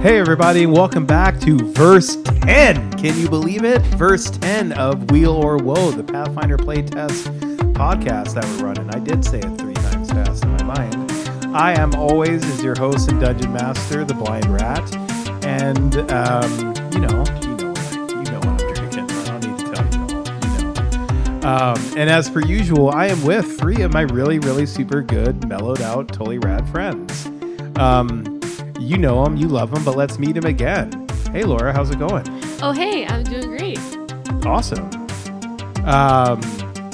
Hey, everybody, and welcome back to verse 10. Can you believe it? Verse 10 of Wheel or Woe, the Pathfinder playtest podcast that we're running. I did say it three times fast in my mind. I am always, as your host and dungeon master, the blind rat. And, um, you know, you know, what I- you know what I'm drinking. I don't need to tell you. You know. Um, and as per usual, I am with three of my really, really super good, mellowed out, totally rad friends. Um, you know them, you love them, but let's meet them again. Hey, Laura, how's it going? Oh, hey, I'm doing great. Awesome. Um,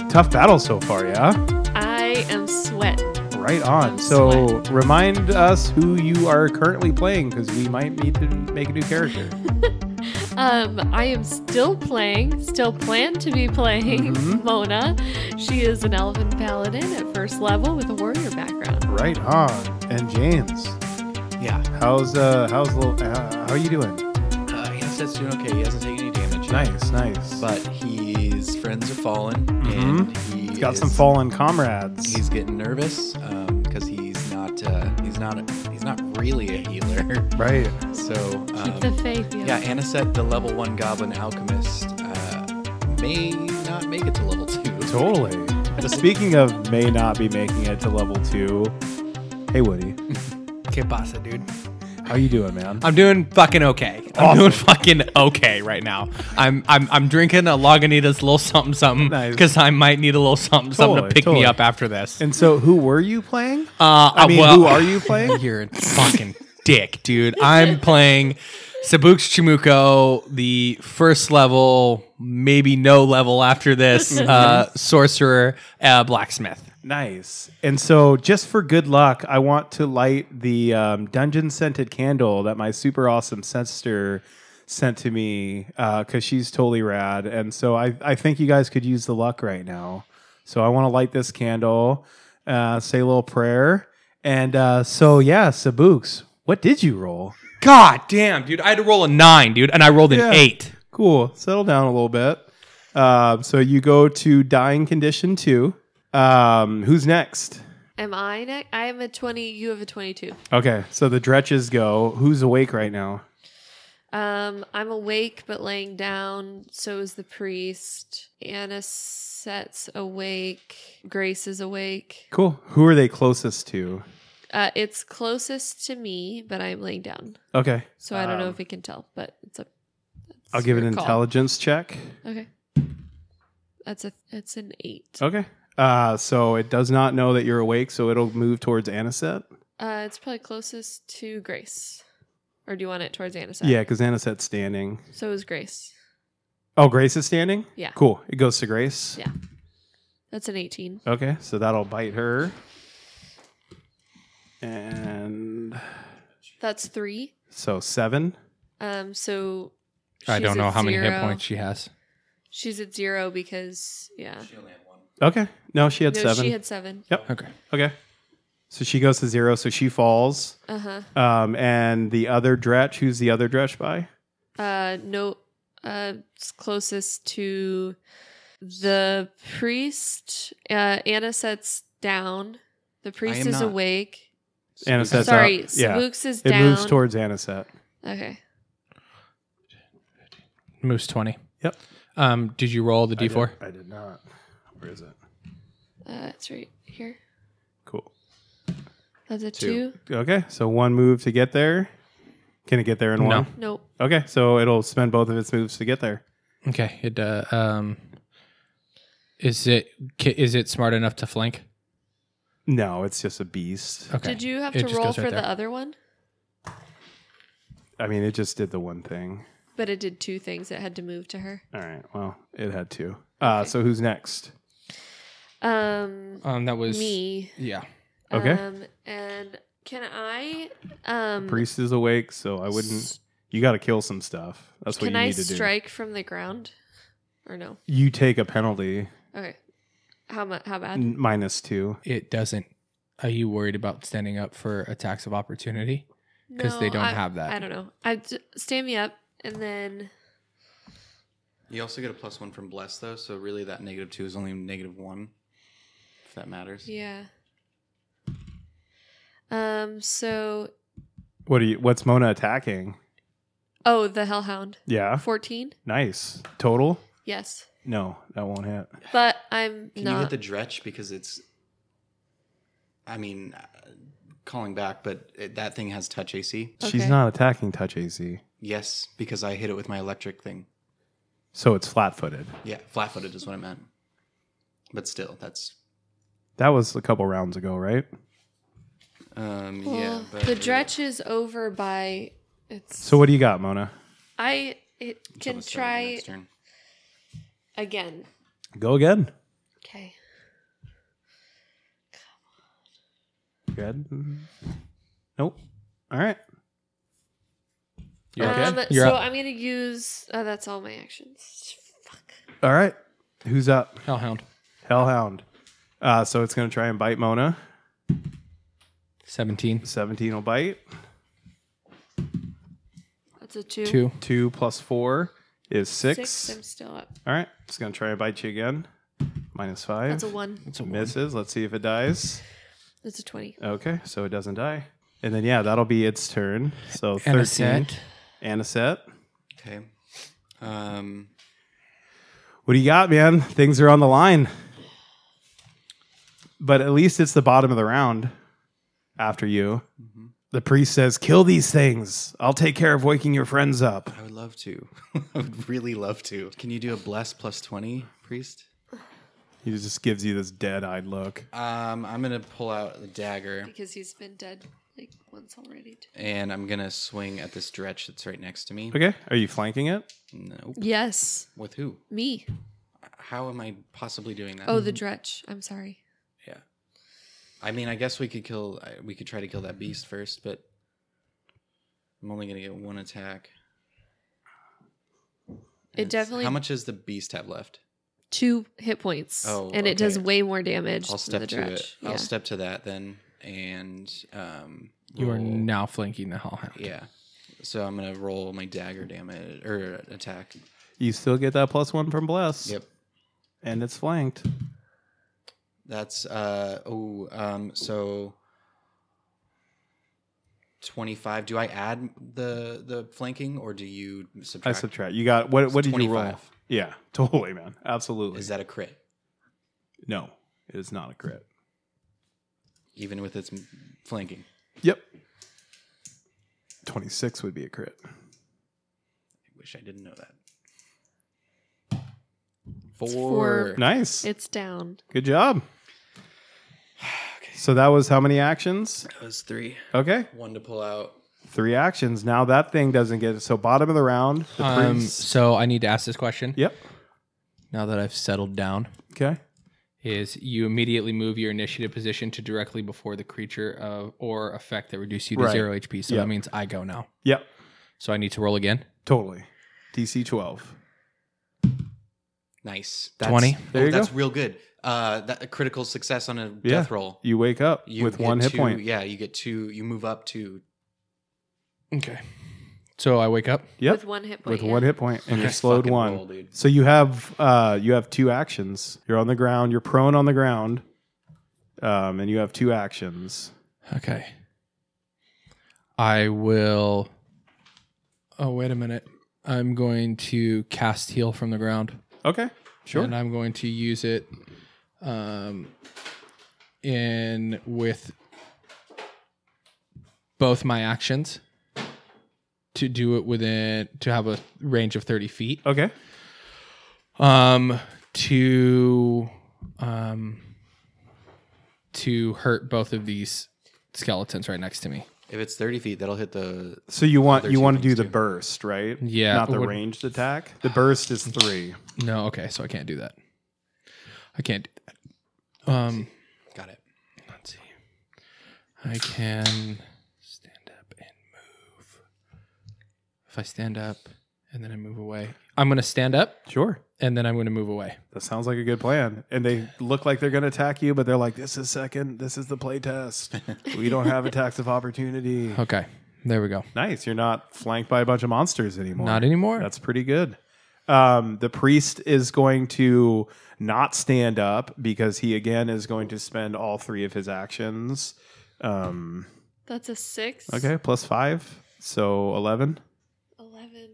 tough battle so far, yeah? I am sweating. Right on. So remind us who you are currently playing because we might need to make a new character. Um, I am still playing, still plan to be playing Mm-hmm. Mhm. Mona. She is an elven paladin at first level with a warrior background. right on. And James, Yeah. how's uh, how's little, uh, how are you doing? Uh, yes, that's doing okay. He hasn't taken any damage. yet. Nice, nice. But his friends are fallen, Mm-hmm. and he He's got is- some fallen comrades. He's getting nervous because he's not. Uh, he's not. A, he's not really a healer. Right. So Keep um, the faith, yo. yeah, Anisette, the level one goblin alchemist, uh, may not make it to level two. Totally. Speaking of may not be making it to level two, hey Woody, Que pasa, dude? how you doing, man? I'm doing fucking okay. I'm Awesome. doing fucking okay right now. I'm I'm I'm drinking a Lagunitas little something something Nice. because I might need a little something something Totally, to pick totally. me up after this. And so, who were you playing? Uh, I mean, well- who are you playing? You're a fucking dick, dude. I'm playing Sabuks Chimuko, the first level, maybe no level after this, uh, sorcerer, uh, blacksmith. nice. And so, just for good luck, I want to light the um, dungeon scented candle that my super awesome sister sent to me because she's totally rad. And so, I, I think you guys could use the luck right now. So, I want to light this candle, uh, say a little prayer. And uh, so, yeah, Sabooks, what did you roll? God damn, dude. I had to roll a nine, dude, and I rolled an Yeah. eight. Cool. Settle down a little bit. Um, so you go to dying condition two. Um, who's next? Am I ne- I am a 20, you have a 22. Okay, so the Dretches go. Who's awake right now? Um, I'm awake but laying down. So is the priest. Anna sets awake. Grace is awake. Cool. Who are they closest to? Uh, it's closest to me, but I'm laying down. Okay, So I don't know Um, if we can tell, but it's a. I'll it's give an your call. intelligence check. Okay. That's a. That's an eight. Okay. Uh, so it does not know that you're awake, so it'll move towards Aniset. Oh. Uh, it's probably closest to Grace, or do you want it towards Anisette? Yeah, because Aniset's standing. So is Grace. Oh, Grace is standing? Yeah. Cool. It goes to Grace. Yeah. That's an eighteen. Okay, so that'll bite her. And That's three. so seven. Um. So. I she's don't know at how many hit zero. points she has. She's at zero because yeah. Okay. No, she had no, seven. she had seven. Okay. okay. So she goes to zero. So she falls. Uh huh. Um, and the other Dretch, who's the other Dretch by? Uh. No. Uh. it's Closest to the priest. Uh. Anna sets down. The priest am is not. awake. Aniset's Sorry, up. Yeah. Sabooks is It down. moves towards Aniset. Okay. Moose 20. Yep. Um, did you roll the I did- d4? I did, not. Where is it? Uh, it's right here. Cool. That's a Two. two. Okay. So one move to get there. Can it get there in No. one? Nope. Okay. So it'll spend both of its moves to get there. Okay. It uh, um, is it ca- is it smart enough to flank? No, it's just a beast. Okay. Did you have It to just roll goes for right there. the other one? I mean, it just did the one thing. But it did two things. It had to move to her. All right. Well, it had two. Uh, Okay. So who's next? Um, Um, that was me. Yeah. Okay. Um, and can I? Um, Priest is awake, so I wouldn't. s- You got to kill some stuff. That's what Can you need I to do. strike from the ground? Or no? You take a penalty Okay. How much? How bad? n- minus two. It doesn't. Are you worried about standing up for attacks of opportunity? Because they No, don't I- have that. I don't know. I d- stand me up and then. You also get a plus one from bless though, so really that negative two is only negative one, if that matters. Yeah. Um. So What do you? What's Mona attacking? Oh, the Hellhound. Yeah, 14? nice total. Yes. No, that won't hit. But I'm Can you not. hit the dretch because it's? I mean, uh, calling back, but it, that thing has touch AC. Okay. She's not attacking touch AC, Yes, because I hit it with my electric thing. so it's flat-footed. Yeah, flat-footed is what I meant. But still, that's That was a couple rounds ago, right? um Well, yeah. But the dretch is over by. It's. So what do you got, Mona? I it Until can the start of the try next turn. again. Go again. Okay. Good. Nope. All right. You're okay. Um, You're so up. I'm gonna use. Oh, that's all my actions. Fuck. All right. Who's up? Hellhound. Hellhound. Uh, so it's gonna try and bite Mona. 17. Seventeen will bite. That's a two. Two. Two plus four is Six, six. I'm still up. All right. It's gonna try and bite you again. Minus five. That's a one. It's a miss. Misses. Let's see if it dies. That's a twenty. Okay, so it doesn't die. And then yeah, that'll be its turn. So And a thirteen. set. Anisette. Okay. Um, What do you got, man? Things are on the line. But at least it's the bottom of the round after you. Mm-hmm. mhm. The priest says, Kill these things. I'll take care of waking your friends up. I would love to. I would really love to. Can you do a bless plus twenty, priest? He just gives you this dead eyed look. Um, I'm gonna pull out the dagger Because he's been dead like once already. and I'm gonna swing at this dretch that's right next to me. Okay, are you flanking it? Nope. Yes, With who? me. How am I possibly doing that? Oh, the dretch. I'm sorry. yeah. I mean, I guess we could kill. I- We could try to kill that beast first, but I'm only gonna get one attack. It It's- definitely- How much does the beast have left? Two hit points. Oh, and it does okay. way more damage. I'll than step the to dretch. it. Yeah. I'll step to that then, and um, You are roll- now flanking the Hellhound. Yeah. So I'm gonna roll my dagger damage or attack. You still get that plus one from Bless. Yep. And it's flanked. That's uh oh um so twenty five. Do I add the the flanking or do you I subtract? subtract. You got what what did you roll? 25. Yeah, totally, man. Absolutely. Is that a crit? no, it is not a crit. Even with its m- flanking, Yep. Twenty six would be a crit. I wish I didn't know that. four. Four. Nice. It's down. Good job. So that was how many actions? That was three. Okay, One to pull out. three actions. Now that thing doesn't get it. So bottom of the round, the Um, priest. so I need to ask this question. Yep. Now that I've settled down, Okay. is you immediately move your initiative position to directly before the creature of, or effect that reduce you to Right. zero HP. So Yeah. that means I go now. Yep. So I need to roll again. Totally. DC twelve. Nice. 20. There you that's go. real good. Uh, that a critical success on a Yeah. death roll. You wake up You with get one hit two- point. Yeah, you get two. You move up to Okay. So I wake up. Yep. With one hit point. With one hit point, and you're Nice slowed fucking one. roll, dude. so you have uh, you have two actions. You're on the ground. You're prone on the ground, um, and you have two actions. Okay. I will. Oh, wait a minute. I'm going to cast heal from the ground. Okay. Sure. And uh, I'm going to use it um, in with both my actions to do it within to have a range of 30 feet. Okay. Um to um to hurt both of these skeletons right next to me. If it's thirty feet, that'll hit the So you want Other you two want to do things the too. burst, right? Yeah. Not the Would- ranged attack. The burst is three. No, okay, so I can't do that. I can't do that. Um Got it. Let's see. I can stand up and move. If I stand up and then I move away, I'm going to stand up Sure. and then I'm going to move away. That sounds like a good plan. And they look like they're going to attack you, but they're like, this is second. This is the play test. We don't have attacks of opportunity. Okay. There we go. Nice. You're not flanked by a bunch of monsters anymore. Not anymore. That's pretty good. Um, the priest is going to not stand up because he, again, is going to spend all three of his actions um, That's a six. Okay, plus five, so eleven. Eleven.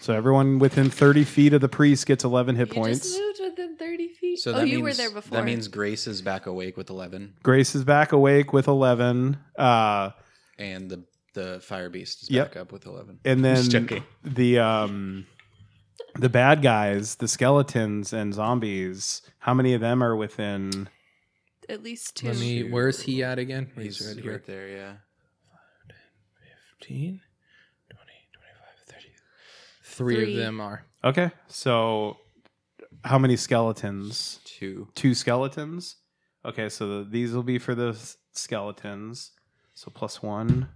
So everyone within thirty feet of the priest gets eleven hit you points. Just moved within thirty feet. So oh, that you means, were there before. That means Grace is back awake with eleven, Grace is back awake with eleven. Uh, and the the fire beast is Yep. back up with eleven. and Just then joking. the um the bad guys, the skeletons and zombies. How many of them are within? at least two. Let me. Where's he at again? He's, right here. there. Yeah. 15, 20, 25, 30. Three, Three. of them are. Okay, so how many skeletons? Two. Two skeletons. Okay, so the, these will be for the s- skeletons. So plus one.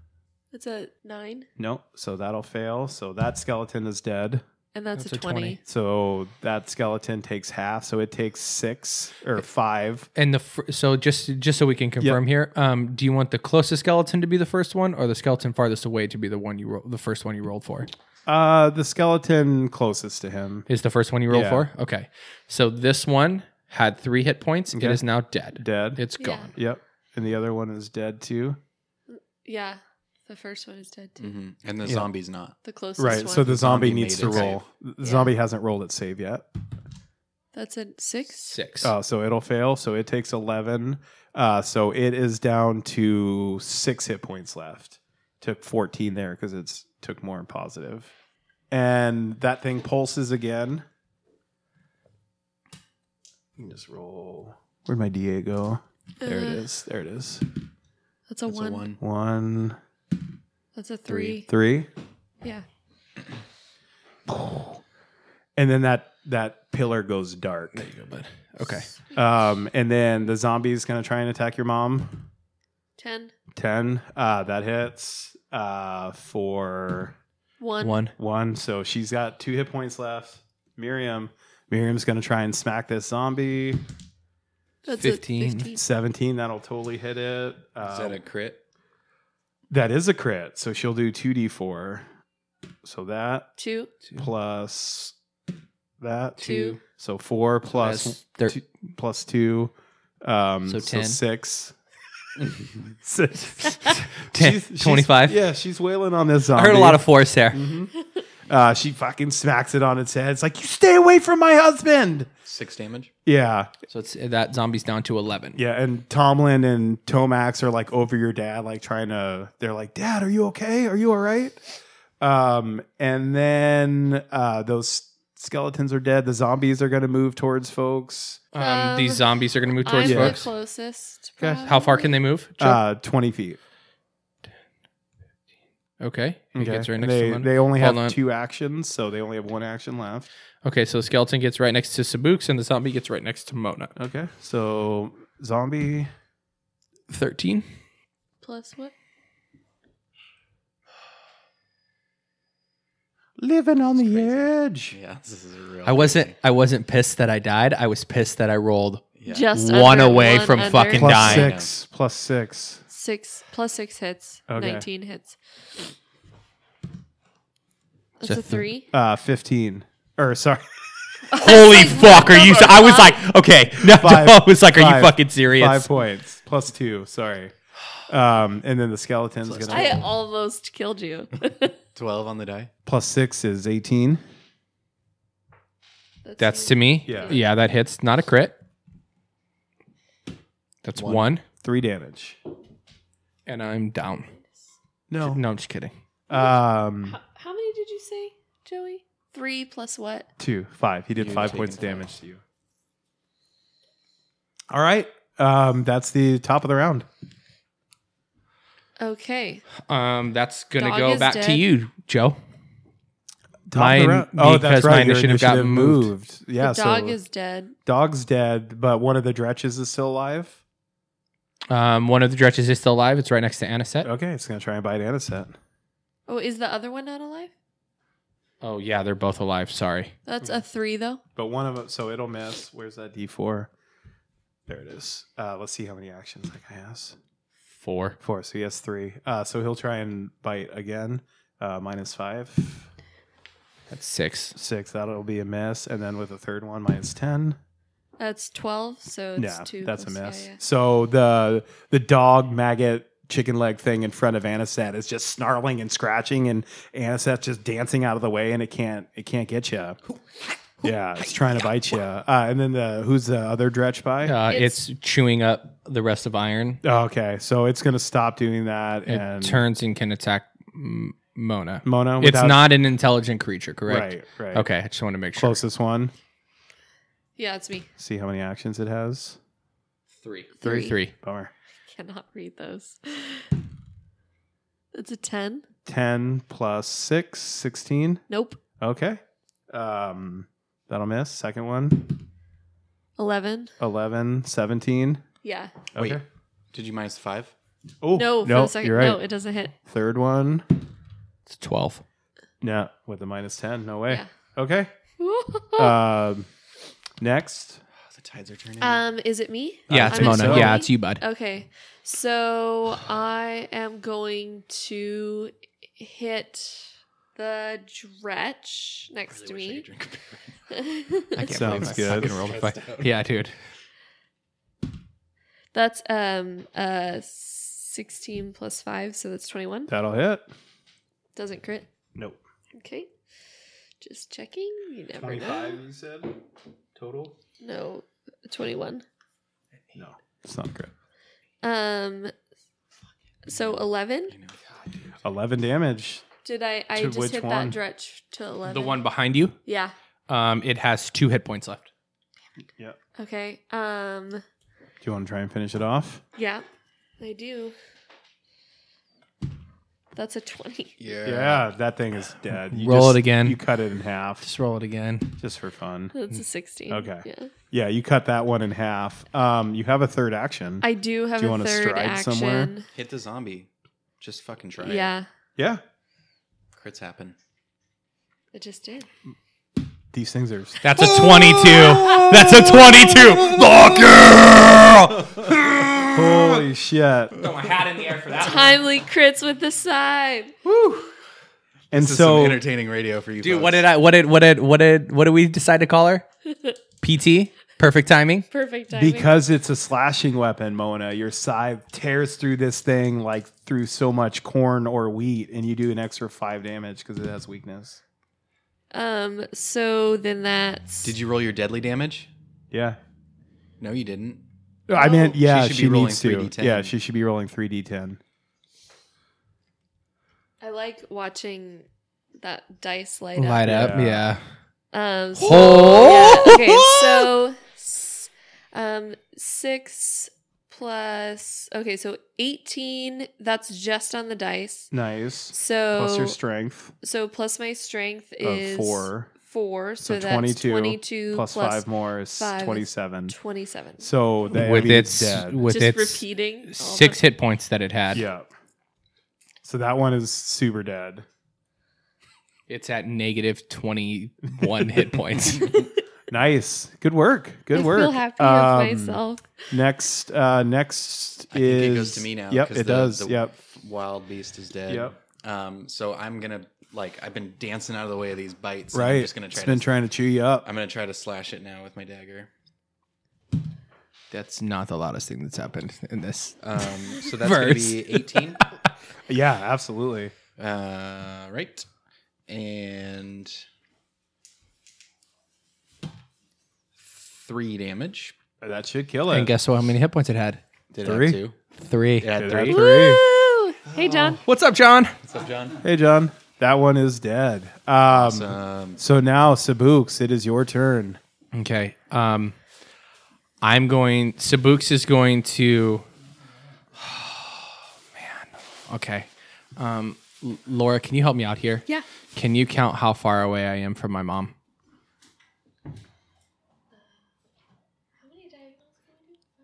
That's a nine, Nope. So that'll fail. So that skeleton is dead. and that's, That's a, a 20. 20. So that skeleton takes half. So it takes six or five. And the fir- so just just so we can confirm here, um, do you want the closest skeleton to be the first one, or the skeleton farthest away to be the one you ro- the first one you rolled for? Uh, the skeleton closest to him. Is the first one you rolled Yeah. for? Okay, so this one had three hit points. Okay. It is now dead. Dead. It's Yeah. gone. Yep. And the other one is dead too. Yeah, the first one is dead too. hmm And the Yeah. zombie's not. The closest Right. one. So the zombie, zombie needs made to it roll. The Yeah. Zombie hasn't rolled its save yet. that's a six. Six. Oh, so it'll fail. So it takes 11. Uh, so it is down to six hit points left. Took 14 there because it's took more in positive. And that thing pulses again. You can just roll. Where'd my D8 go? There it Uh, is. There it is. That's a, It's one. a one. One, That's a three. three. Yeah. And then that that pillar goes dark. There you go, bud. Okay. Um, and then the zombie is going to try and attack your mom. Ten. 10 uh that hits uh for One. One. one so she's got two hit points left miriam miriam's gonna try and smack this zombie That's 15. a fifteen. 17 that'll totally hit it uh, Is that a crit? that is a crit so she'll do 2d4 so that Two. plus that Two. so four plus That's thir- two, plus two um So so, 10. six Ten- 25. yeah she's wailing on this zombie Mm-hmm. I heard a lot of force there. Uh, she fucking smacks it on its head. It's like, you stay away from my husband. Six damage. Yeah. So it's that zombie's down to eleven. Yeah. And Tomlin and Tomax are like over your dad, like trying to, they're like, Dad, are you okay? Are you all right? Um, and then uh, those skeletons are dead. The zombies are going to move towards folks Um, Um, these zombies are going to move towards I'm Yeah. the folks. closest. Okay. How far can probably. they move? Joe? uh, 20 feet. okay. He gets right next they, to one. they only Hold have on. two actions, so they only have one action left. Okay, so the skeleton gets right next to Sabuks and the zombie gets right next to Mona. Okay. So, zombie. 13. Plus what? Living on the crazy. edge. Yeah, this is real. I wasn't I wasn't pissed that I died. I was pissed that I rolled. Yeah. Just One under, away one from under. fucking Plus dying. six. Plus six. Six plus six hits. Okay. Nineteen hits. It's That's a a th- three. Uh, 15. Or sorry, Holy like, fuck, are you number I was five. like, okay. No, Five. I was like, are Five. you fucking serious? five points plus two. Sorry. Um, and then the skeleton's Plus gonna I almost killed you. Twelve on the die. plus six is 18. That's to me. Yeah. Yeah, that hits. Not a crit. That's one. One. Three damage. And I'm down. No. No, I'm just kidding. Um, How, how many did you say, Joey? Three plus what? two, five. He did You've five taken points of five. damage to you. All right. Um, that's the top of the round. Okay. Um, that's gonna Dog go is back to dead. you, Joe. Top of Mine- the round. Oh, that's because right. mine Your initiative got initiative moved. Yeah. the dog so is dead. dog's dead, but one of the dretches is still alive. Um, one of the dredges is still alive. It's right next to Anisette. Okay, it's gonna try and bite Anisette. Oh, is the other one not alive? Oh yeah, they're both alive. Sorry. That's Mm. a three though. But one of them, so it'll miss. Where's that D4? There it is. Uh, let's see how many actions that guy has. Four. Four, so he has three. Uh, so he'll try and bite again. Uh, minus five, That's six. six, that'll be a miss. And then with the third one, minus 10. That's twelve, so it's Yeah, two. that's a plus- yeah, miss. yeah. So the the dog maggot chicken leg thing in front of Anisette is just snarling and scratching, and Anisette's just dancing out of the way, and it can't it can't get you. Yeah, it's trying to bite you. Uh, and then the who's the other dredge by? Uh, It's- it's, chewing up the rest of iron. Oh, okay, so it's gonna stop doing that It and turns and can attack M- Mona. Mona. it's without- not an intelligent creature, correct? right. Right. Okay, I just want to make sure. Closest one. Yeah, it's me. See how many actions it has. Three. Three. Three. Bummer. Cannot read those. That's a 10. 10 plus 6, 16. Nope. Okay. Um, that'll miss. Second one, 11. 11, 17. Yeah. Okay. Wait. Did you minus five? Oh, No, for the 2nd You're right. No, it doesn't hit. Third one, It's 12. no, with a minus 10. No way. Yeah. Oh. Okay. Uh, Um, next. Oh, the tides are turning. um, is it me? Yeah, I Uh, it's think Mona. so. Yeah, it's you, bud. Okay. So I am going to hit the dretch I next really to wish I me. could drink a beer. I can't Sounds believe I good. fucking rolled a Stressed five. out. Yeah, dude. That's um uh 16 plus 5, so that's 21. That'll hit. Doesn't crit. Nope. Okay. Just checking. You never know. you said total? No, 21. No, it's not good. Um so 11? You know. 11 damage. Did I I To which just hit one? that dretch to 11? The one behind you, Yeah. um, it has two hit points left. Okay. Um Do you want to try and finish it off? yeah. I do. That's a 20. Yeah. Yeah, that thing is dead. Roll just- it again. You cut it in half Just roll it again. just for fun. That's a 16. Hmm, Okay. Yeah. Yeah, you cut that one in half. Um, you have a third action. I do have Do you a wanna third stride action. somewhere? Hit the zombie. Just fucking try. it. Yeah. yeah, Crits happen. I just did. these things are. That's a 22. That's a 22. Fuck Ah. yeah! Holy shit! Throw my hat in the air for that. Timely crits with the side. And This is some so entertaining radio for you. Dude, folks. what did I? What did? What did? What did? What did we decide to call her? PT. Perfect timing. Perfect timing. because it's a slashing weapon, Mona, your scythe tears through this thing like through so much corn or wheat, and you do an extra five damage because it has weakness. um. So then that's. Did you roll your deadly damage? Yeah, No, you didn't. I mean, yeah, Oh. She she, should be rolling needs to. 3d10. Yeah, she should be rolling three d ten. I like watching that dice light, Light up, up. Yeah. up. Um. So, Oh! yeah, okay. So, s- um, six plus. Okay, so eighteen. That's just on the dice. Nice. So Plus your strength so plus my strength of is four, Four. So, So that's 22 22 plus, plus five more is five is twenty-seven. Twenty-seven. So the With enemy its is dead. with Just its repeating all six the- hit points that it had. Yeah. So that one is super dead. It's at negative twenty one hit points. Nice. Good work. Good I work. feel happy Um, with myself. Next uh next I is think it goes to me now. Yep, 'cause it the- does. the yep. Wild beast is dead. Yep. Um. So I'm gonna like I've been dancing out of the way of these bites. and Right. I'm just gonna try. it's been to, trying to chew you up. I'm gonna try to slash it now with my dagger. that's not the loudest thing that's happened in this. Um. So that's gonna Verse. be 18. yeah, absolutely. uh. Right. And three damage. That should kill it. And guess what? How many hit points it had? Did Three? it have two? Three. It had It had three. three. Woo! Hey, John. What's up, John? What's up, John? Hey John. That one is dead. Um Um, so now Sabuks, it is your turn. Okay. Um, I'm going. Sabuks is going to. man. Okay. Um, L- Laura, can you help me out here? Yeah. Can you count how far away I am from my mom?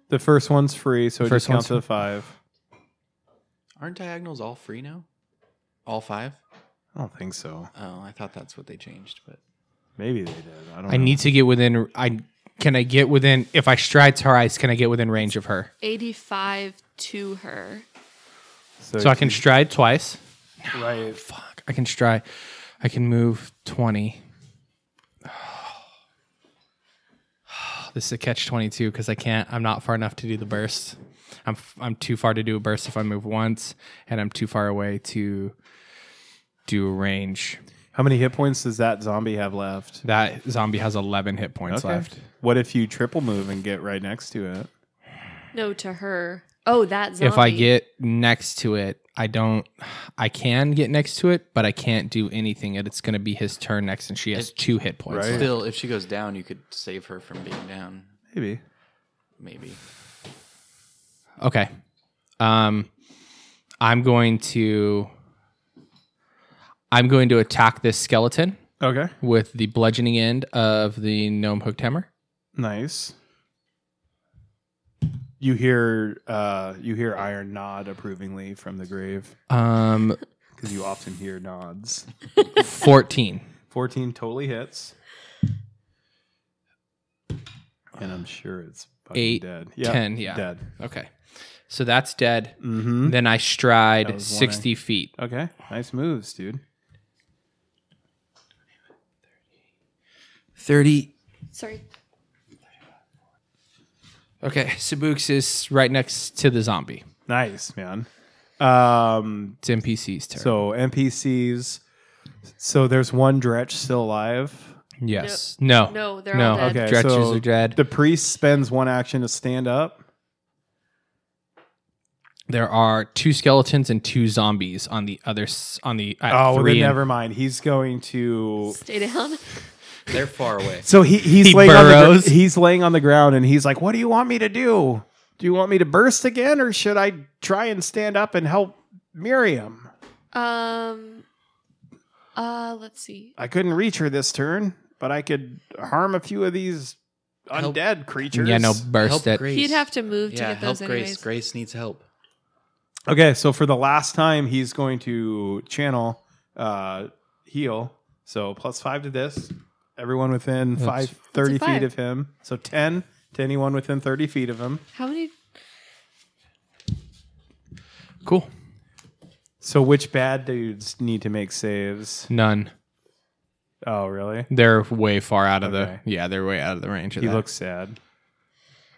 The first one's free, so it First just counts one's to the five. aren't diagonals all free now? All five? I don't think so. Oh, I thought that's what they changed, but Maybe they did. I don't I know. need to get within. I can I get within? If I stride to her eyes, can I get within range of her? 85 to her. So I can stride twice. right. Fuck. I can stride. I can move twenty. This is a catch twenty two because I can't. I'm not far enough to do the burst. I'm f- I'm too far to do a burst if I move once, and I'm too far away to do a range. How many hit points does that zombie have left? That zombie has 11 hit points left. What if you triple move and get right next to it? No, to her. Oh, that zombie. If I get next to it, I don't. I can get next to it, but I can't do anything. And it's going to be his turn next, and she has It- two hit points. Right. left. Still, if she goes down, you could save her from being down. Maybe. Maybe. Okay. Um, I'm going to. I'm going to attack this skeleton Okay. with the bludgeoning end of the gnome hooked hammer. Nice. You hear uh you hear Iron nod approvingly from the grave Um, because you often hear nods. 14. 14 totally hits. And I'm sure it's fucking Eight, dead. 10, yeah. Dead. Okay. So that's dead. Mm-hmm. Then I That stride was 60 feet. Okay. Nice moves, dude. 30. Sorry. Okay. Sabooks is right next to the zombie. Nice, man. Um It's NPC's turn. so NPCs so there's one dretch still alive. yes. No. No, they're No. all Okay, dead. Dretches so are dead. The priest spends one action to stand up. There are two skeletons and two zombies on the other s- on the at Oh, well, three then and- never mind. He's going to. Stay down. They're far away. So he he's He laying on the, burrows. gr- he's laying on the ground and he's like, "What do you want me to do? Do you want me to burst again, or should I try and stand up and help Miriam? Um. Uh, let's see. I couldn't reach her this turn, but I could harm a few of these Help- undead creatures." Yeah, no, burst Help it. Grace. He'd have to move yeah, to get those help Grace. anyways. Grace needs help. Okay, so for the last time, he's going to channel uh, heal. So plus five to this. Everyone within That's- five, 30 It's a five. feet of him. So 10 to anyone within 30 feet of him. How many? Cool. So which bad dudes need to make saves? None. Oh, really? They're way far out of Okay. the yeah. They're way out of the range. Of He that. looks sad.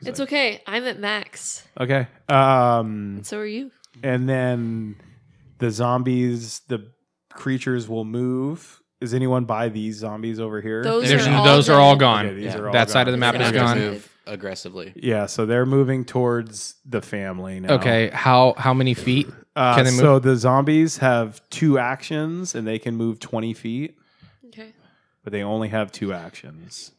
It's okay. I'm at max. Okay. Um, So are you. and then the zombies, the creatures will move. Is anyone by these zombies over here? Those There's- are all those are all dead. gone. Okay, these Yeah. are all that side gone. of the map They're is not They're gonna gone. gonna move aggressively. Yeah, so they're moving towards the family now. Okay, how how many feet? Uh, Can they move? So the zombies have two actions and they can move 20 feet, Okay. but they only have two actions.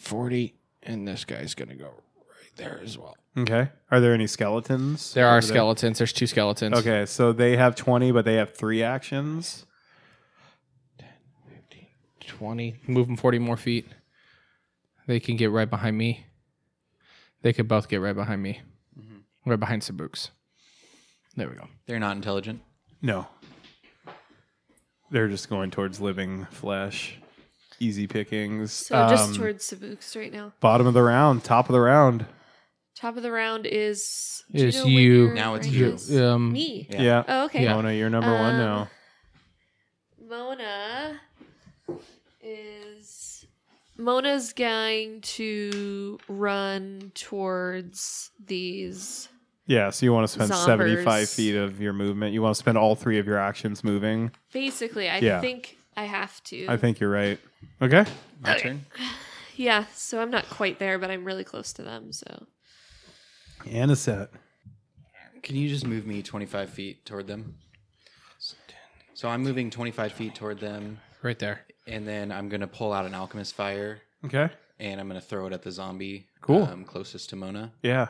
40 and this guy's going to go right there as well. Okay. Are there any skeletons? There are over skeletons. There's two skeletons. Okay, so they have 20, but they have three actions. 20. Move them 40 more feet. They can get right behind me. They could both get right behind me. Right behind Sabooks. There we go. They're not intelligent. No. They're just going towards living flesh. Easy pickings. So just Um, towards Sabooks right now. bottom of the round, top of the round. Top of the round is. do Is know when you- your Now it's rank you. is? Um, Me. Yeah. Yeah. Oh, okay. Yeah. Mona, you're number one Um, now. Mona is Mona's going to run towards these. Yeah, so you want to spend Zombers. 75 feet of your movement. You want to spend all three of your actions moving. Basically, I Yeah. think I have to. I think you're right. Okay. My turn. Yeah, so I'm not quite there, but I'm really close to them. So Anisette. Can you just move me 25 feet toward them? So I'm moving 25 feet toward them, Right there. and then I'm gonna pull out an alchemist fire, Okay. and I'm gonna throw it at the zombie. Cool. Um, closest to Mona. Yeah.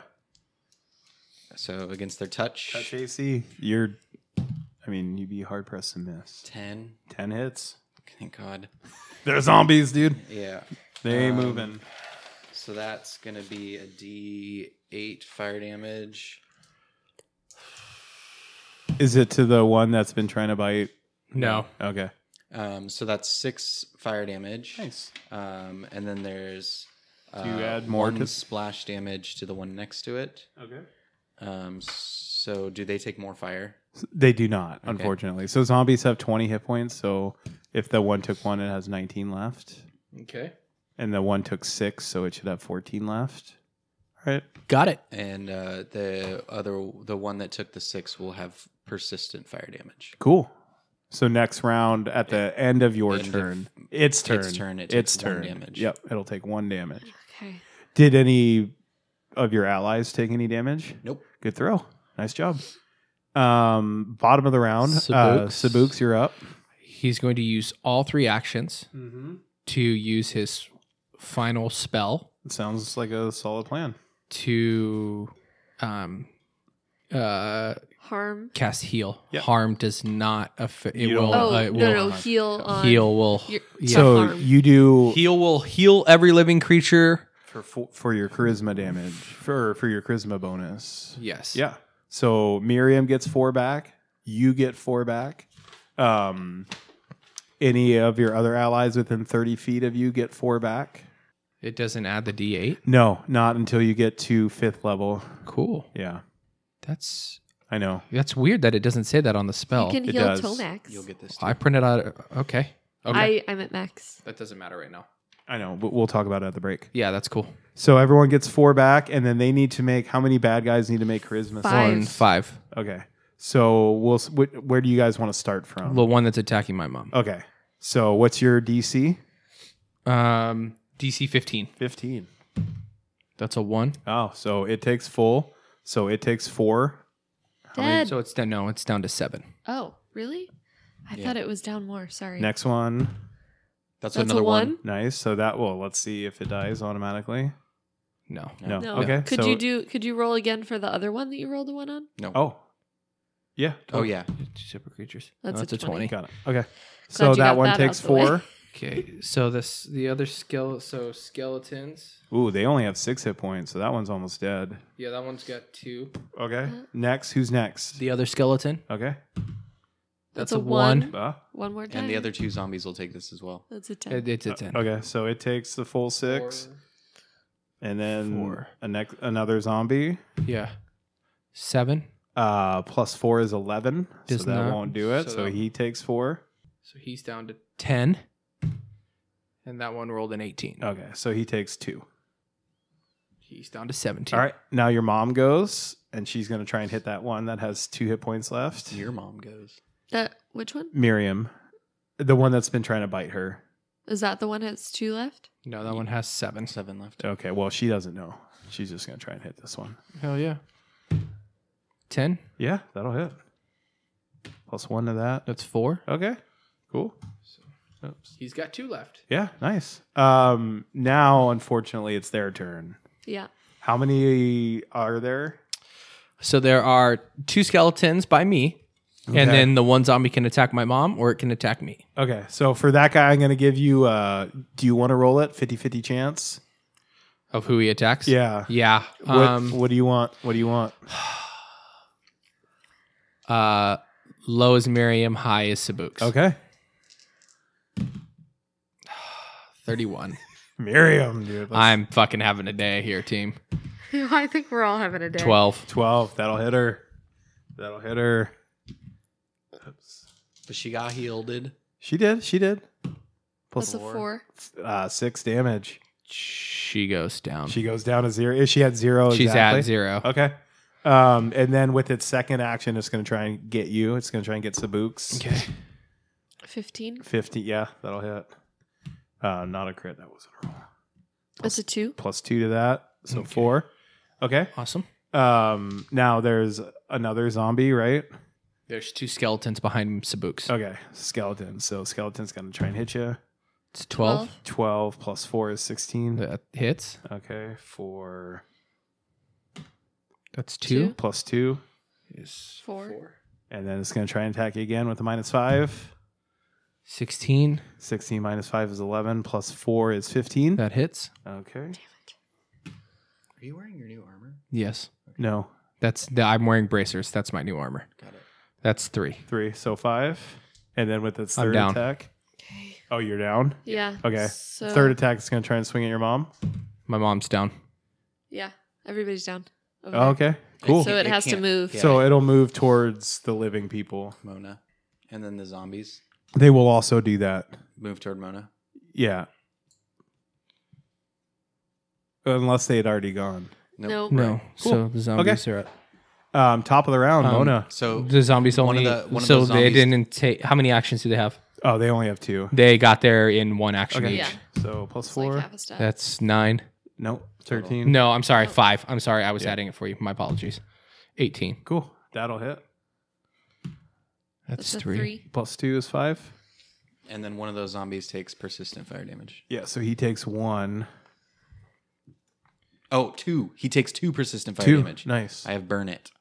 So against their touch, Touch AC. You're, I mean, you'd be hard pressed to miss. 10. 10 hits. Thank God. They're zombies, dude. Yeah. They ain't Um, moving. So that's gonna be a D8 fire damage. Is it to the one that's been trying to bite? No. Okay. Um, so that's six fire damage. Nice. Um, and then there's uh, you add more one to- splash damage to the one next to it. Okay. Um, so do they take more fire? They do not, unfortunately. So zombies have 20 hit points. So if the one took one, it has 19 left. Okay. And the one took six, so it should have 14 left. right? Got it. and uh, the other the one that took the six will have persistent fire damage. Cool. So next round at the end of your End of turn, its turn, turn, it its takes one turn. damage. Yep, it'll take one damage. Okay. Did any of your allies take any damage? Nope. Good throw. Nice job. Um, bottom of the round, uh, Sabuks. Sabuks, you're up. He's going to use all three actions Mm-hmm. to use his final spell Sounds like a solid plan. to um uh Harm. cast heal. Yep. Harm does not affect it You don't will, Oh, uh, it no, will no. Heal on. heal will Your- yeah. So Harm. you do heal will heal every living creature. for fo- for your charisma damage for for your charisma bonus. Yes. Yeah. So Miriam gets four back. You get four back. Um, any of your other allies within 30 feet of you get four back? It doesn't add the D eight. No, not until you get to fifth level. Cool. Yeah, That's I know. that's weird that it doesn't say that on the spell. You can It heal does. till max. You'll get this. I printed out uh, okay. Okay. I, I'm at max. that doesn't matter right now. I know, but we'll talk about it at the break. Yeah, that's cool. So everyone gets four back, and then they need to make how many bad guys need to make charisma? Five. One five. Okay. So we'll. s- Wh- where do you guys want to start from? The one that's attacking my mom. Okay. So what's your DC? Um DC fifteen. 15. That's a one. Oh, so it takes full. So it takes four. How many- Dead. So it's down. No, it's down to seven. oh, really? I Yeah. thought it was down more. Sorry. Next one. That's, That's another a one. one. Nice. So that will. Let's see if it dies automatically. No. No. No. Okay. Could so, you do? Could you roll again for the other one that you rolled a one on? No. Oh, yeah. Oh yeah. Super creatures. That's No, it's a a twenty. Got it. Okay. Glad so you that got one that takes out the way. four. Okay. So this the other skill. So skeletons. Ooh, they only have six hit points, so that one's almost dead. Yeah, that one's got two. Okay. Uh-huh. Next, who's next? The other skeleton. okay. That's a one. Uh, One more time. And the other two zombies will take this as well. That's a ten. It, it's a ten. uh, okay. So it takes the full six, and then Four. a next another zombie. Yeah. Seven. Uh, plus four is eleven, Does so that not. won't do it. So so that- he takes four. So he's down to ten. And that one rolled an eighteen. Okay, so he takes two. He's down to seventeen. All right. Now your mom goes, and she's gonna try and hit that one that has two hit points left. Your mom goes. That which one? Miriam, the one that's been trying to bite her. Is that the one that's two left? No, that one has seven. Seven left. Okay, well, she doesn't know. She's just going to try and hit this one. Hell yeah. Ten. Yeah, that'll hit. Plus one to that. That's four. Okay, cool. Oops. He's got two left. Yeah, nice. Um, now, unfortunately, it's their turn. Yeah. How many are there? So there are two skeletons by me, Okay. and then the one zombie can attack my mom, or it can attack me. Okay, so for that guy, I'm going to give you. Uh, do you want to roll it? 50 50 chance? Of who he attacks? Yeah. Yeah. What, Um, what do you want? What do you want? uh, low is Miriam, high is Sabuks. Okay. 31. Miriam, dude. let's- I'm fucking having a day here, team. I think we're all having a day. 12. 12. That'll hit her. That'll hit her. But she got healed. She did. She did. That's Plus a four. uh, six damage. She goes down. She goes down to zero. Is she at zero? Um, She's exactly? at zero. Okay. Um, and then with its second action, it's going to try and get you. It's going to try and get Sabuks. Okay. Fifteen. 50. Yeah, that'll hit. Uh, not a crit. That wasn't a roll. That's a two. Plus two to that. So Okay. four. Okay. Awesome. Um, now there's another zombie, right? There's two skeletons behind Sabuks. Okay. Skeleton. So skeleton's going to try and hit you. It's 12. 12 plus four is 16. That hits. Okay. Four That's Two. two. plus two. Is Four. And then it's going to try and attack you again with a minus five. 16. 16 minus 5 is 11, plus 4 is 15. That hits. okay. Are you wearing your new armor? Yes. No, That's the, I'm wearing bracers. That's my new armor. Got it. That's three. 3, so 5. And then with its I'm third down. attack. Okay. Oh, you're down? Yeah. Okay. So, Third attack is going to try and swing at your mom. My mom's down. Yeah. Everybody's down. over Oh, there. okay, cool. So So, it, It has to can't- move. yeah. it'll move towards the living people. Mona. And then the zombies They will also do that. move toward Mona. Yeah. Unless they had already gone. No. No. Cool. So the zombies are up. Um, top of the round, Um, Mona. So The zombies One only. of the- one of so those they zombies- didn't take. How many actions do they have? Oh, they only have two. They got there in one action Okay. each. Yeah. So plus It's like four. half a step. That's nine. No, thirteen. No, I'm Oh. sorry. Five. I'm sorry. I was adding it for you. My apologies. 18. Cool. That'll hit. That's, That's a three. Plus two is five. and then one of those zombies takes persistent fire damage. Yeah. So he takes one, Oh, two. He takes two persistent fire two. damage. Nice. I have burn it.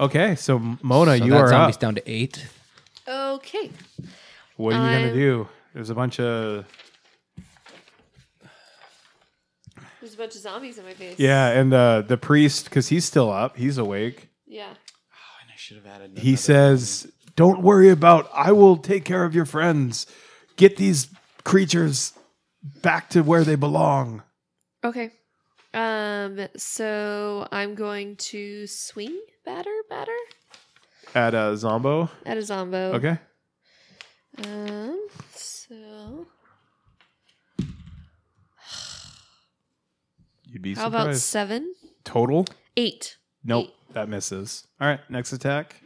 Okay. So Mona, So you that are zombie's up. down to eight. Okay. What are you gonna I'm- do? There's a bunch of There's a bunch of zombies in my face. yeah, and the the priest because he's still up. He's awake. Yeah. Oh, and I should have added. He another- says, "Don't worry about. I will take care of your friends. Get these creatures back to where they belong." Okay. Um. So I'm going to swing batter batter At a zombo. at a zombo. Okay. Um. So You'd be how surprised. about seven? Total. Eight. Nope. That misses. All right. Next attack.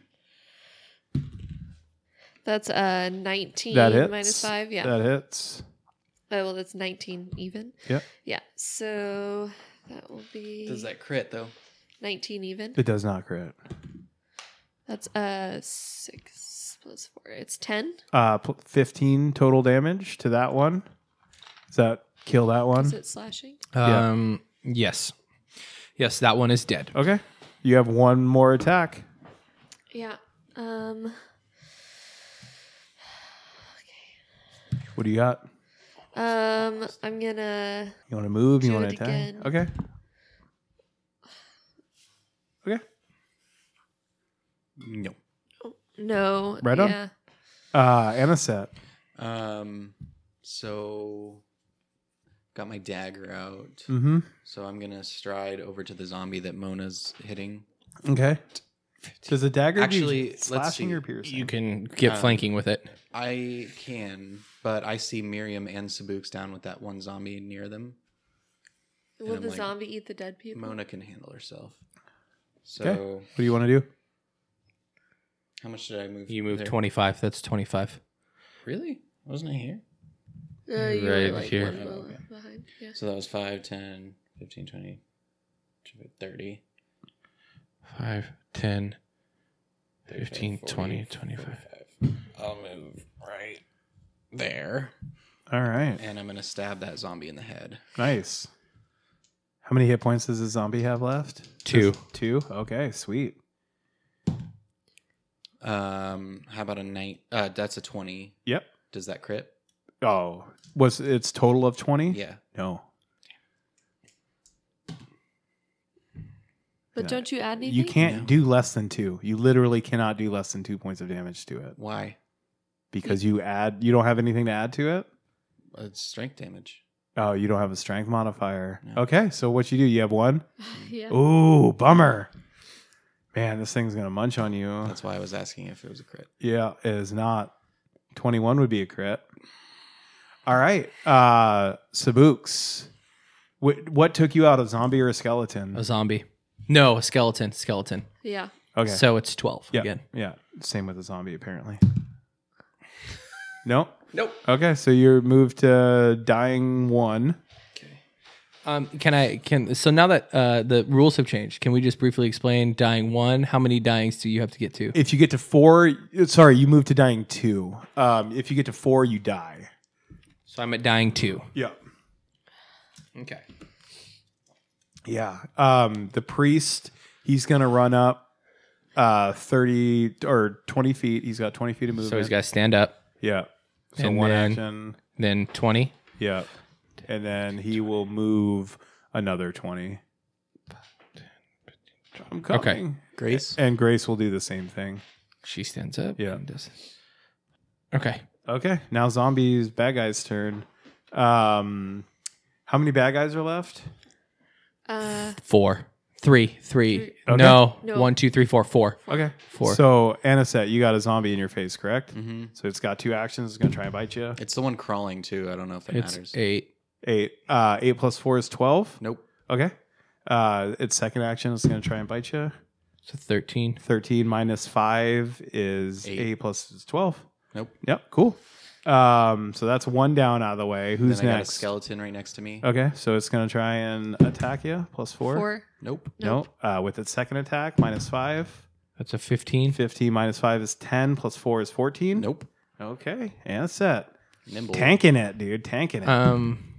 That's uh nineteen That hits. minus five. Yeah. That hits. oh well, that's nineteen even. Yep. Yeah. So that will be "Does that crit though?" nineteen even. It does not crit. That's uh six plus four. It's ten. Uh, pl- fifteen total damage to that one. Does that kill that one? Is it slashing? Yeah. Um, Yes. Yes, that one is dead. Okay. You have one more attack. Yeah. Um. What do you got? Um. I'm gonna. You want to move? You Do want to it attack? again. Okay. Okay. No. No. Right on. yeah. Uh, Anaset. Um. So, got my dagger out. Mm-hmm. So I'm gonna stride over to the zombie that Mona's hitting. Okay. Does the dagger Actually, do let's slashing see. or piercing? You can get Um, flanking with it. I can, but I see Miriam and Sabuks down with that one zombie near them. Will I'm the like, zombie eat the dead people? Mona can handle herself. So, Okay. What do you want to do? how much did I move? You move there? 25. That's 25. Really? Wasn't I here? Uh, you were, Right like, here. one Oh, be- okay. behind. Yeah. So that was 5, 10, 15, 20, 30. 5, 10, 15, 20, 25. I'll move right there. All right. And I'm going to stab that zombie in the head. Nice. How many hit points does the zombie have left? Two. Just two. Okay. Sweet. Um, how about a nine? Uh, that's a 20. Yep. Does that crit? Oh, was it's total of twenty? Yeah. No. But Yeah. don't you add anything? You can't No. do less than two. You literally cannot do less than two points of damage to it Why? because you add. You don't have anything to add to it. Uh, It's strength damage. Oh, you don't have a strength modifier. No. Okay, so what you do? You have one. yeah. Ooh, bummer. Man, this thing's gonna munch on you. That's why I was asking if it was a crit. Yeah, it is not. 21 would be a crit. All right. Uh Sabuks. What, what took you out, a zombie or a skeleton? A zombie. No, a skeleton. Skeleton. Yeah. Okay. So it's 12 yeah. again. Yeah. Same with a zombie, apparently. No? Nope. Okay, so you're moved to dying one. Okay. Um, can I can so now that uh, the rules have changed, can we just briefly explain dying one? How many dyings do you have to get to? If you get to four, sorry, you move to dying two. Um, if you get to four, you die. So I'm at dying two. Yeah. Okay. Yeah. Um, the priest, he's going to run up uh, 30 or 20 feet. He's got 20 feet of movement. So he's got to stand up, Yeah. So And one then- action. then twenty, Yeah. And then he will move another 20. I'm coming. Grace? And Grace will do the same thing. She stands up. Yeah. and does- Okay. Okay. Now zombies, bad guys turn. Um how many bad guys are left? Uh, Four. Three. Three. Okay. No. No. One, two, three, four, four. Okay. Four. So Anaset, you got a zombie in your face, correct? Mm-hmm. So it's got two actions. It's gonna try and bite you. It's the one crawling too. I don't know if that it's matters. eight. Eight. Uh eight plus four is twelve. Nope. Okay. Uh, its second action is going to try and bite you. So 13. 13 minus 5 is Eight. 8, plus is 12. Nope. Yep, cool. Um, so that's one down out of the way. Who's then I got a next? skeleton right next to me. Uh, Okay, so it's going to try and attack you. Plus 4. Four. Nope. No, uh, with its second attack, minus 5. That's a 15. 15 minus 5 is 10. Plus 4 is 14. Nope. Okay, and set. Nimble. Tanking it, dude. Tanking it. Um,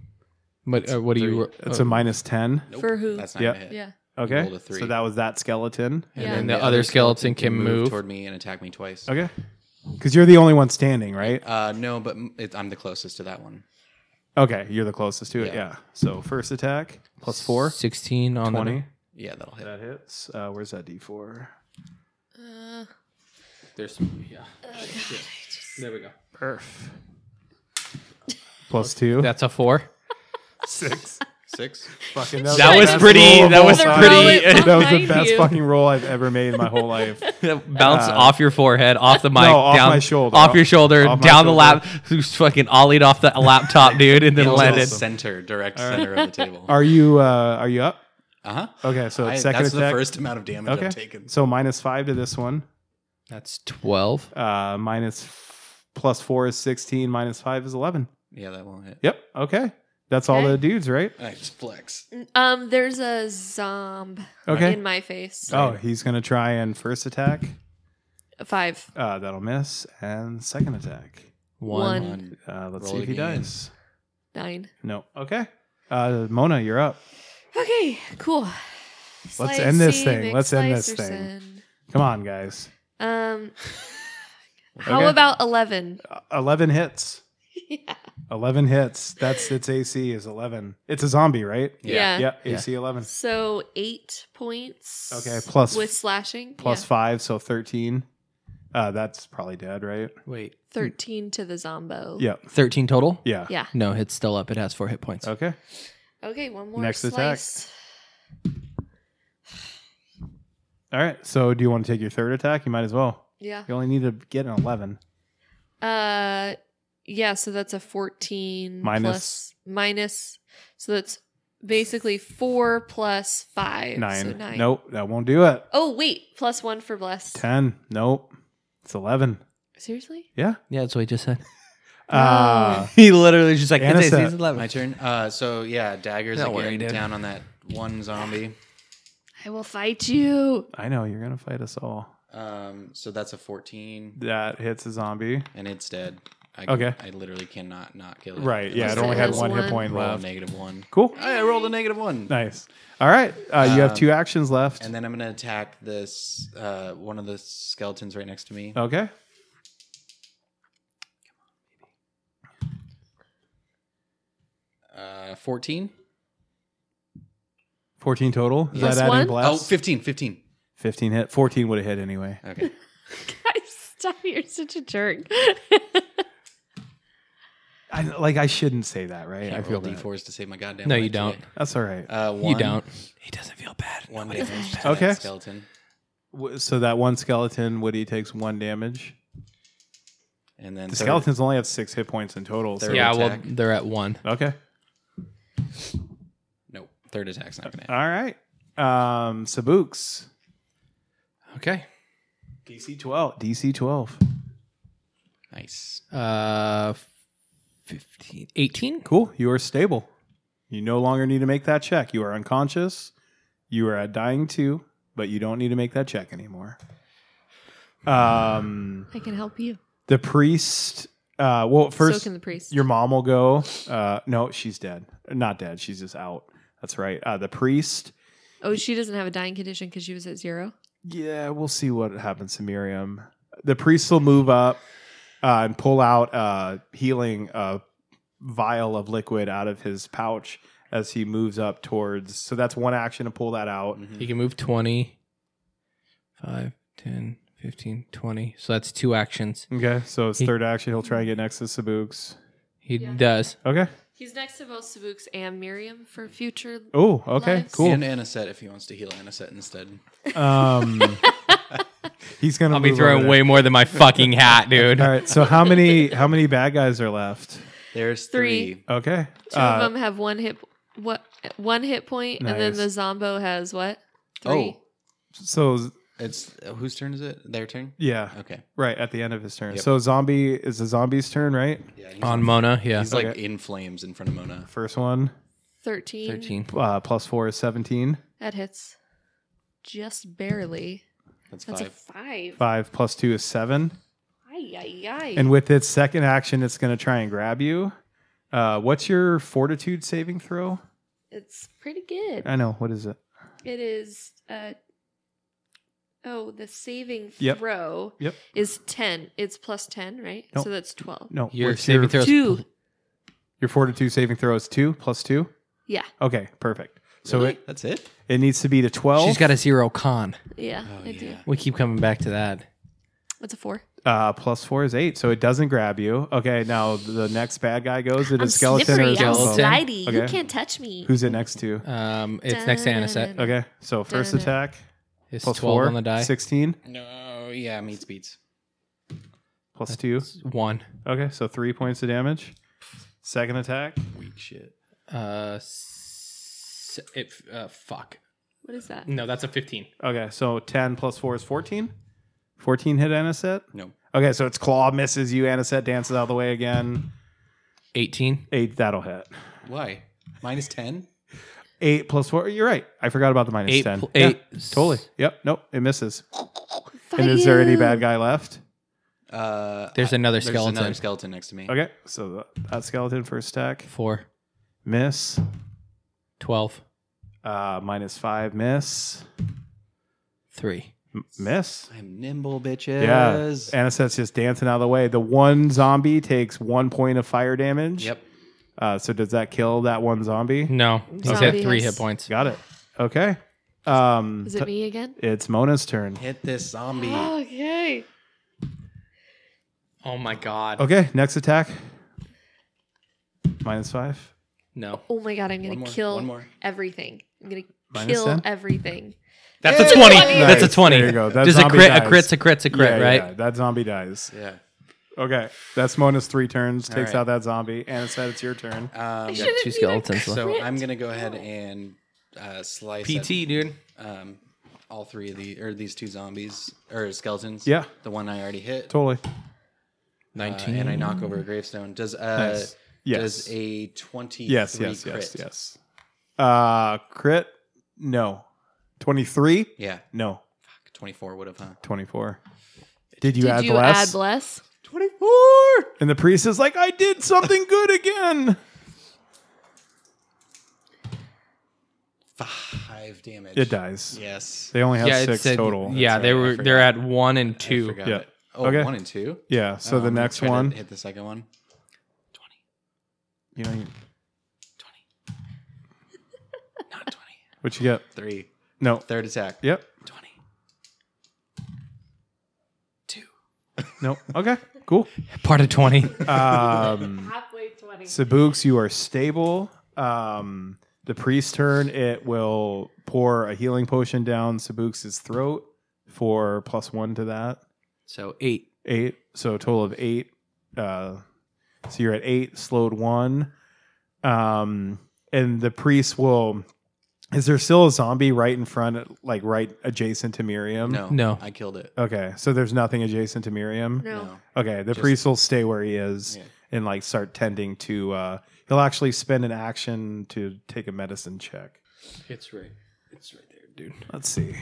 but uh, what do you? That's a minus 10. Nope. For who? That's not Yep. gonna hit. Yeah. Okay. rolled a three. So that was that skeleton. and Yeah. then the, other skeleton can move. toward me and attack me twice. Okay. Because you're the only one standing, right? Uh, no, but m- it, I'm the closest to that one. Okay, you're the closest to it. Yeah. Yeah. So first attack plus four. 16 on 20. Yeah, that'll hit. That hits. Uh, where's that d4? Uh, There's some, yeah. There we go. Perf. Plus two. That's a four. six. Six. Fucking That the was best pretty- roll of that all was time. pretty- Roll it that was the behind best you. fucking roll I've ever made in my whole life. Bounce Uh, off your forehead, off the mic, No, off down my shoulder. off your shoulder, Off my down the shoulder. lap. Who's fucking ollied off the laptop, dude, and then It was landed. center, direct center of the table. Are you uh, are you up? Uh huh. Okay, so I, it's that's second the attack. first amount of damage okay. I've taken. So minus five to this one. That's twelve. Uh, minus f- plus four is sixteen. Minus five is eleven. Yeah, that won't hit. Yep. Okay. That's all Okay. the dudes, right? I just flex. um, there's a zombie Okay. in my face. Oh, he's gonna try and first attack. Five. Uh, that'll miss, and second attack. One. One. One. Uh, let's Roll see if he again. dies. Nine. No. Okay. Uh, Mona, you're up. Okay, cool. Slice, end this see, thing. make Let's end this slice or thing. sin. Come on, guys. Um, how Okay. about 11? Uh, Eleven hits. yeah. Eleven hits. That's its AC is eleven. It's a zombie, right? Yeah. Yep. AC eleven. So eight points. Okay. Plus With slashing. plus Yeah. five, so thirteen. Uh, that's probably dead, right? Wait, 13 to the zombo. Yep. thirteen total. Yeah. Yeah. No, it's still up. It has four hit points. Okay. Okay, one more Next attack. slice. All right. So, do you want to take your third attack? You might as well. Yeah. You only need to get an eleven. Uh yeah, so that's a 14 Minus- plus minus so that's basically 4 plus 5. So 9. Nope. That won't do it. Oh wait, plus 1 for bless. Ten. Nope. It's eleven. Seriously? Yeah. Yeah, that's what he just said. Uh, He literally just like Anna it's said- it's eleven. My turn. Uh, so yeah, daggers Don't again worry, dude. down on that one zombie. I will fight you. I know you're gonna fight us all. Um, so that's a fourteen, That hits a zombie. and it's dead. I, Okay. I literally cannot not kill it. Right. Yeah. It Unless only it had has one, hit one. point Roll a left. negative one. Oh, Cool. I rolled a negative one. Nice. All right. Uh, you have Um, two actions left. And then I'm gonna attack this uh, one of the skeletons right next to me. okay. Uh, 14? Fourteen total. Is Plus that adding one? Oh, blast? 15, 15. Fifteen hit. Fourteen would have hit anyway. Okay. Guys, stop. You're such a jerk. I, like I shouldn't say that, right? I I feel roll bad. d4s to save my goddamn No, life you don't. today. That's all right. Uh, one, you don't. He doesn't feel bad. One damage to Okay. that skeleton. W- so that one skeleton, Woody takes one damage. And then The third- skeletons only have six hit points in total. So. Third yeah, attack. well, they're at one. Okay. No, third attack's not gonna hit. All right. Um, Sabooks. Okay. DC 12. DC 12. Nice. Uh, 15, 18? Cool. You are stable. You no longer need to make that check. You are unconscious. You are at dying two, but you don't need to make that check anymore. Um, I can help you. the priest. Uh, well, so first, can the priest. your mom will go. Uh, no, she's dead. Not dead. She's just out. That's right. Uh, the priest. oh, she doesn't have a dying condition because she was at zero. Yeah, we'll see what happens to Miriam. The priest will move up uh, and pull out uh, healing uh, vial of liquid out of his pouch as he moves up towards. So that's one action to pull that out. Mhm. You can move 20, 5, 10, 15, 20. So that's two actions. Okay, so it's He- third action. He'll try and get next to Sabuks. He Yeah. does. Okay. He's next to both Sabuks and Miriam for future. Oh, okay, Nice. cool. And Anisette if he wants to heal Anisette instead. Um, he's gonna. I'll be move over throwing there. way more than my fucking hat, dude. All right. So how many how many bad guys are left? There's Three. three. Okay. Two uh, of them have one hit. what one hit point, and then the Nice. Zombo has what? Three. Oh, So it's uh, whose turn is it? Their turn. yeah, Okay. right at the end of his turn. Yep. So zombie is the zombie's turn, right? Yeah. on Mona. Yeah, He's like Okay. in flames in front of Mona. First one, 13. thirteen. uh, plus four is seventeen. That hits just barely. That's, That's five. a five. Five plus two is seven. Ay, ay, ay. And with its second action, it's going to try and grab you. Uh, what's your fortitude saving throw? it's pretty good. I know. What is it? It is uh oh, the saving Yep. throw Yep. is ten. It's plus ten, right? Nope. So that's twelve. No. Your what's saving throw is Two. Your fortitude saving throw is two plus two. Yeah. Okay, perfect. So Really? it, that's it. it needs to be to twelve. She's got a zero con. Yeah. Oh, I Uh, do. yeah. We keep coming back to that. That's a four. uh, plus four is eight, so it doesn't grab you. Okay, now the next bad guy goes. It is skeleton or I'm zombo. skeleton. slidey. Okay. touch me. Who's it next to? Um, it's next to Anisette. Okay, so first Dun-dun. attack It's plus twelve four on the die. sixteen No. Yeah. Meets beats. plus two. One. Okay, so three points of damage. Second attack, Weak shit. Uh, s- it, uh, fuck. What is that? No, that's a fifteen. Okay, so 10 plus 4 is 14. 14 hit Anisette. No. Okay, so its claw misses you. Anisette dances out of the way again. Eighteen. 8, that'll hit. Why? Minus ten. 8 plus 4, you're right. I forgot about the minus Eight 10. pl- Yeah, eight s- totally. Yep, nope, it misses. Fuck and is there any you. bad guy left? Uh, There's another there's skeleton. another skeleton next to me. Okay, so th- that skeleton first attack, Four. miss. Twelve. Uh, minus 5, miss. Three. M- miss. I'm nimble, bitches. Yeah, Anisette's just dancing out of the way. The one zombie takes one point of fire damage. Yep. Uh, so does that kill that one zombie? No, he's Zombie at three has- hit points. Got it. Okay. Um, Is it me again? It's Mona's turn. Hit this zombie. Okay. Oh my god. Okay, next attack. Minus five. No. Oh my god, I'm gonna One more, kill one more. everything. I'm gonna Minus kill 10? everything. That's a Hey, twenty. buddy! That's a Nice. twenty. There you go. That There's a zombie crit, a dies. crit's a crit's a crit, Yeah, yeah, right? yeah, That zombie dies. Yeah. Okay, that's Mona's three turns. All Takes right. out that zombie. And said it's your turn. Um, should've two been a skeletons left. so crit. I'm gonna go ahead and uh, slice at, PT, dude. um, all three of the or these two zombies or skeletons. Yeah. The one I already hit. Totally. uh, and I knock over a gravestone. Does uh Nice. Yes. does a twenty yes. Yes. crit? Yes. Yes. Uh, crit? No. Twenty-three? Yeah. No. Fuck, twenty four would have, huh? Twenty-four. Did you Did add you bless? add bless? Twenty four and the priest is like, "I did something good again." five damage. It dies. Yes. They only have Yeah, six it's a, total. Yeah, That's they right, I were. forgot. They're at one and I two. forgot Yeah. it. Oh, Okay. one and two. Yeah. So Um, the let's next try to one, hit the second one. you know, you- Not twenty. what you get? Three. No. Third attack. Yep. Twenty. Two. No. Okay. Cool. Part of twenty. Um, Halfway twenty. Sabooks, you are stable. Um, the priest's turn. It will pour a healing potion down Sabooks' throat for plus one to that. so eight. Eight. So a total of eight. Uh, so you're at eight, slowed one. Um, and the priest will. Is there still a zombie right in front, like right adjacent to Miriam? No. No. I killed it. Okay, so there's nothing adjacent to Miriam. No. Okay, the Just- priest will stay where he is Yeah. and like start tending to. uh He'll actually spend an action to take a medicine check. It's right. It's right there, dude. Let's see.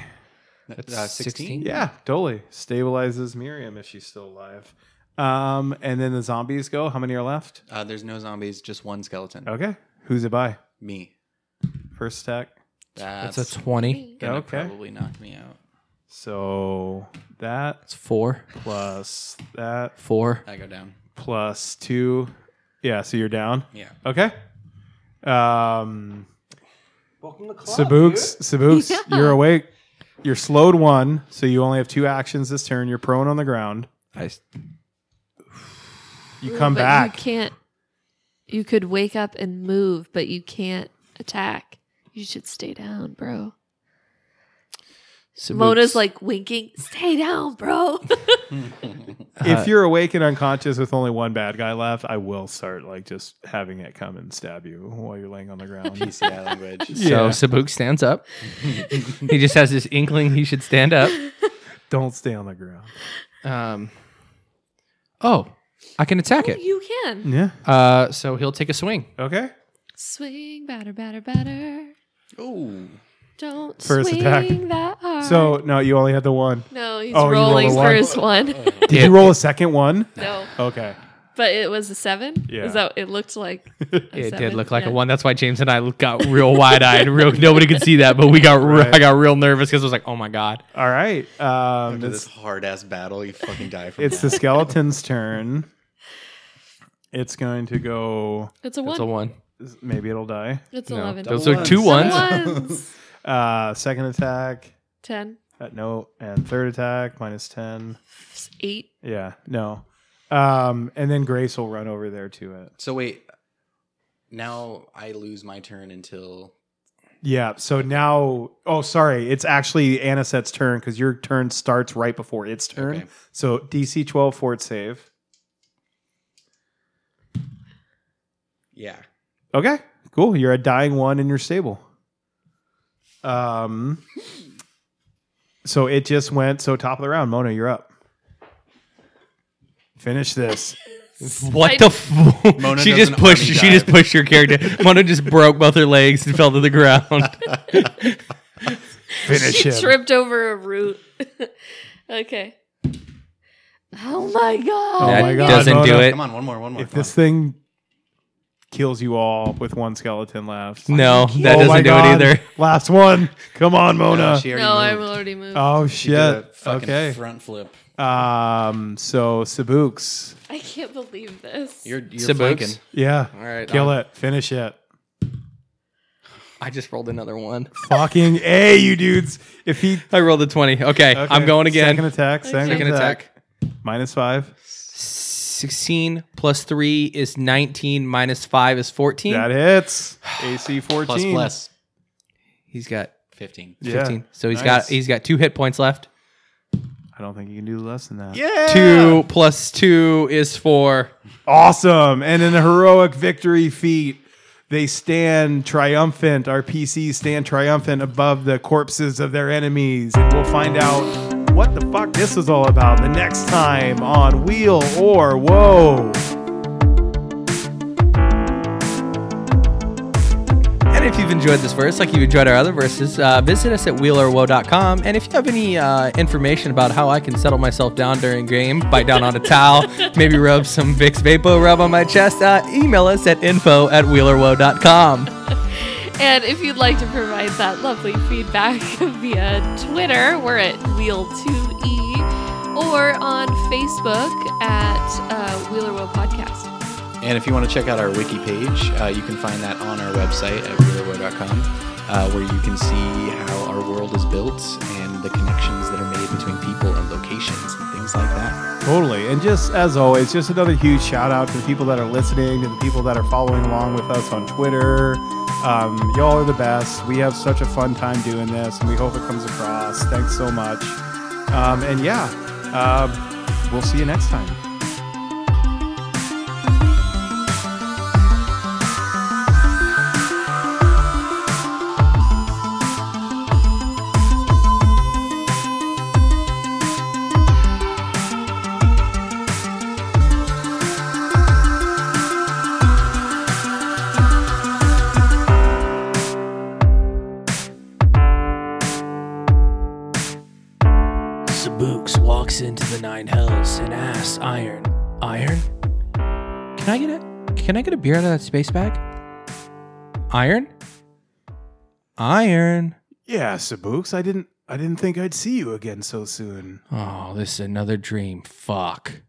That's That's 16? Yeah, totally stabilizes Miriam if she's still alive. Um, and then the zombies go. How many are left? Uh, there's no zombies, just one skeleton. Okay, who's it by? Me. First attack. That's, That's a twenty. gonna Okay. probably knock me out. So that It's four. plus that Four. I go down. plus two. Yeah, so you're down. Yeah. Okay. Um, Sabooks, Sabooks, Yeah. you're awake. You're slowed one, so you only have two actions this turn. You're prone on the ground. I, You come back. You can't. You could wake up and move, but you can't attack. You should stay down, bro. Sabuks. Mona's like winking, stay down, bro. Uh, if you're awake and unconscious with only one bad guy left, I will start like just having it come and stab you while you're laying on the ground. PCI language. Yeah. So Sabuk stands up. he just has this inkling he should stand up. Don't stay on the ground. Um, oh, I can attack Oh, it. you can. Yeah. Uh, so he'll take a swing. Okay. Swing, batter, batter, batter. Ooh. Don't First swing attack. that hard. So no, you only had the one. no, he's Oh, you roll rolling a one. first one. Did Yeah. you roll a second one? no, Okay. but it was a seven. Yeah. is that it looked like? a It did seven? look like Yeah. a one. That's why James and I got real wide eyed. Real nobody could see that, but we got. re- Right. I got real nervous because I was like, "Oh my god!" All right. Um, After this it's, hard ass battle, you fucking die from it's the that. skeleton's turn. It's going to go. It's a That's one. a one. Maybe it'll die. It's No, eleven. those Double are two Double ones. ones. Uh, second attack. Ten. Uh, no, and third attack minus ten. Eight. Yeah, no. Um, and then Grace will run over there to it. So wait, now I lose my turn until Yeah. So now, oh, sorry, it's actually Aniset's turn because your turn starts right before its turn. Okay. So DC twelve fort save. yeah. Okay, cool. You're a dying one and you're stable. Um. So it just went. So top of the round, Mona, you're up. Finish this. What I- the? F- Mona she does just an pushed. army She dive. just pushed her character. Mona just broke both her legs and fell to the ground. Finish she him. tripped over a root. okay. Oh my god. That my God, doesn't do Mona. it. Come on, one more, one more. if come this thing kills you all with one skeleton left, No, Fucking that Oh my doesn't do God. it either. Last one. Come on, on. Mona. she already No, I'm moved. already moved. oh She did a shit. fucking Oh, Okay. front flip. Um. So Sabuks. I can't believe this. You're you're Sabuk's. flanking. Yeah. All right, Kill I'll- it. Finish it. I just rolled another one. Fucking a, you dudes. If he. I rolled a twenty. Okay, I'm Okay, going again. Second attack. Second, Second attack. attack. Minus five. 16 plus 3 is 19 minus 5 is 14 That hits. AC fourteen. Plus plus he's got fifteen. Yeah. 15 so he's Nice. got he's got two hit points left I don't think you can do less than that. Yeah. 2 plus 2 is 4 Awesome. And in a heroic victory feat, they stand triumphant. Our PCs stand triumphant above the corpses of their enemies. And we'll find out what the fuck this was all about the next time on Wheel or Whoa. and if you've enjoyed this verse like you've enjoyed our other verses uh, visit us at wheelerwoe.com and if you have any uh, information about how i can settle myself down during game bite down on a towel maybe rub some vicks vapo rub on my chest uh, email us at info at wheelerwoe.com And if you'd like to provide that lovely feedback via Twitter, we're at Wheel2E or on Facebook at uh, Wheeler Wheel Podcast. And if you want to check out our wiki page, uh, you can find that on our website at wheelerwoe.com, uh, where you can see how our world is built and the connections that are made between people and locations and things like that. Totally. And just as always, just another huge shout out to the people that are listening, to the people that are following along with us on Twitter. Um, y'all are the best. We have such a fun time doing this, and we hope it comes across. Thanks so much. Um, and yeah, uh, we'll see you next time. Sabooks walks into the Nine Hells and asks Iron, Iron, can I get a can I get a beer out of that space bag? Iron? Iron. Yeah, Sabooks, I didn't, I didn't think I'd see you again so soon. Oh, this is another dream. Fuck.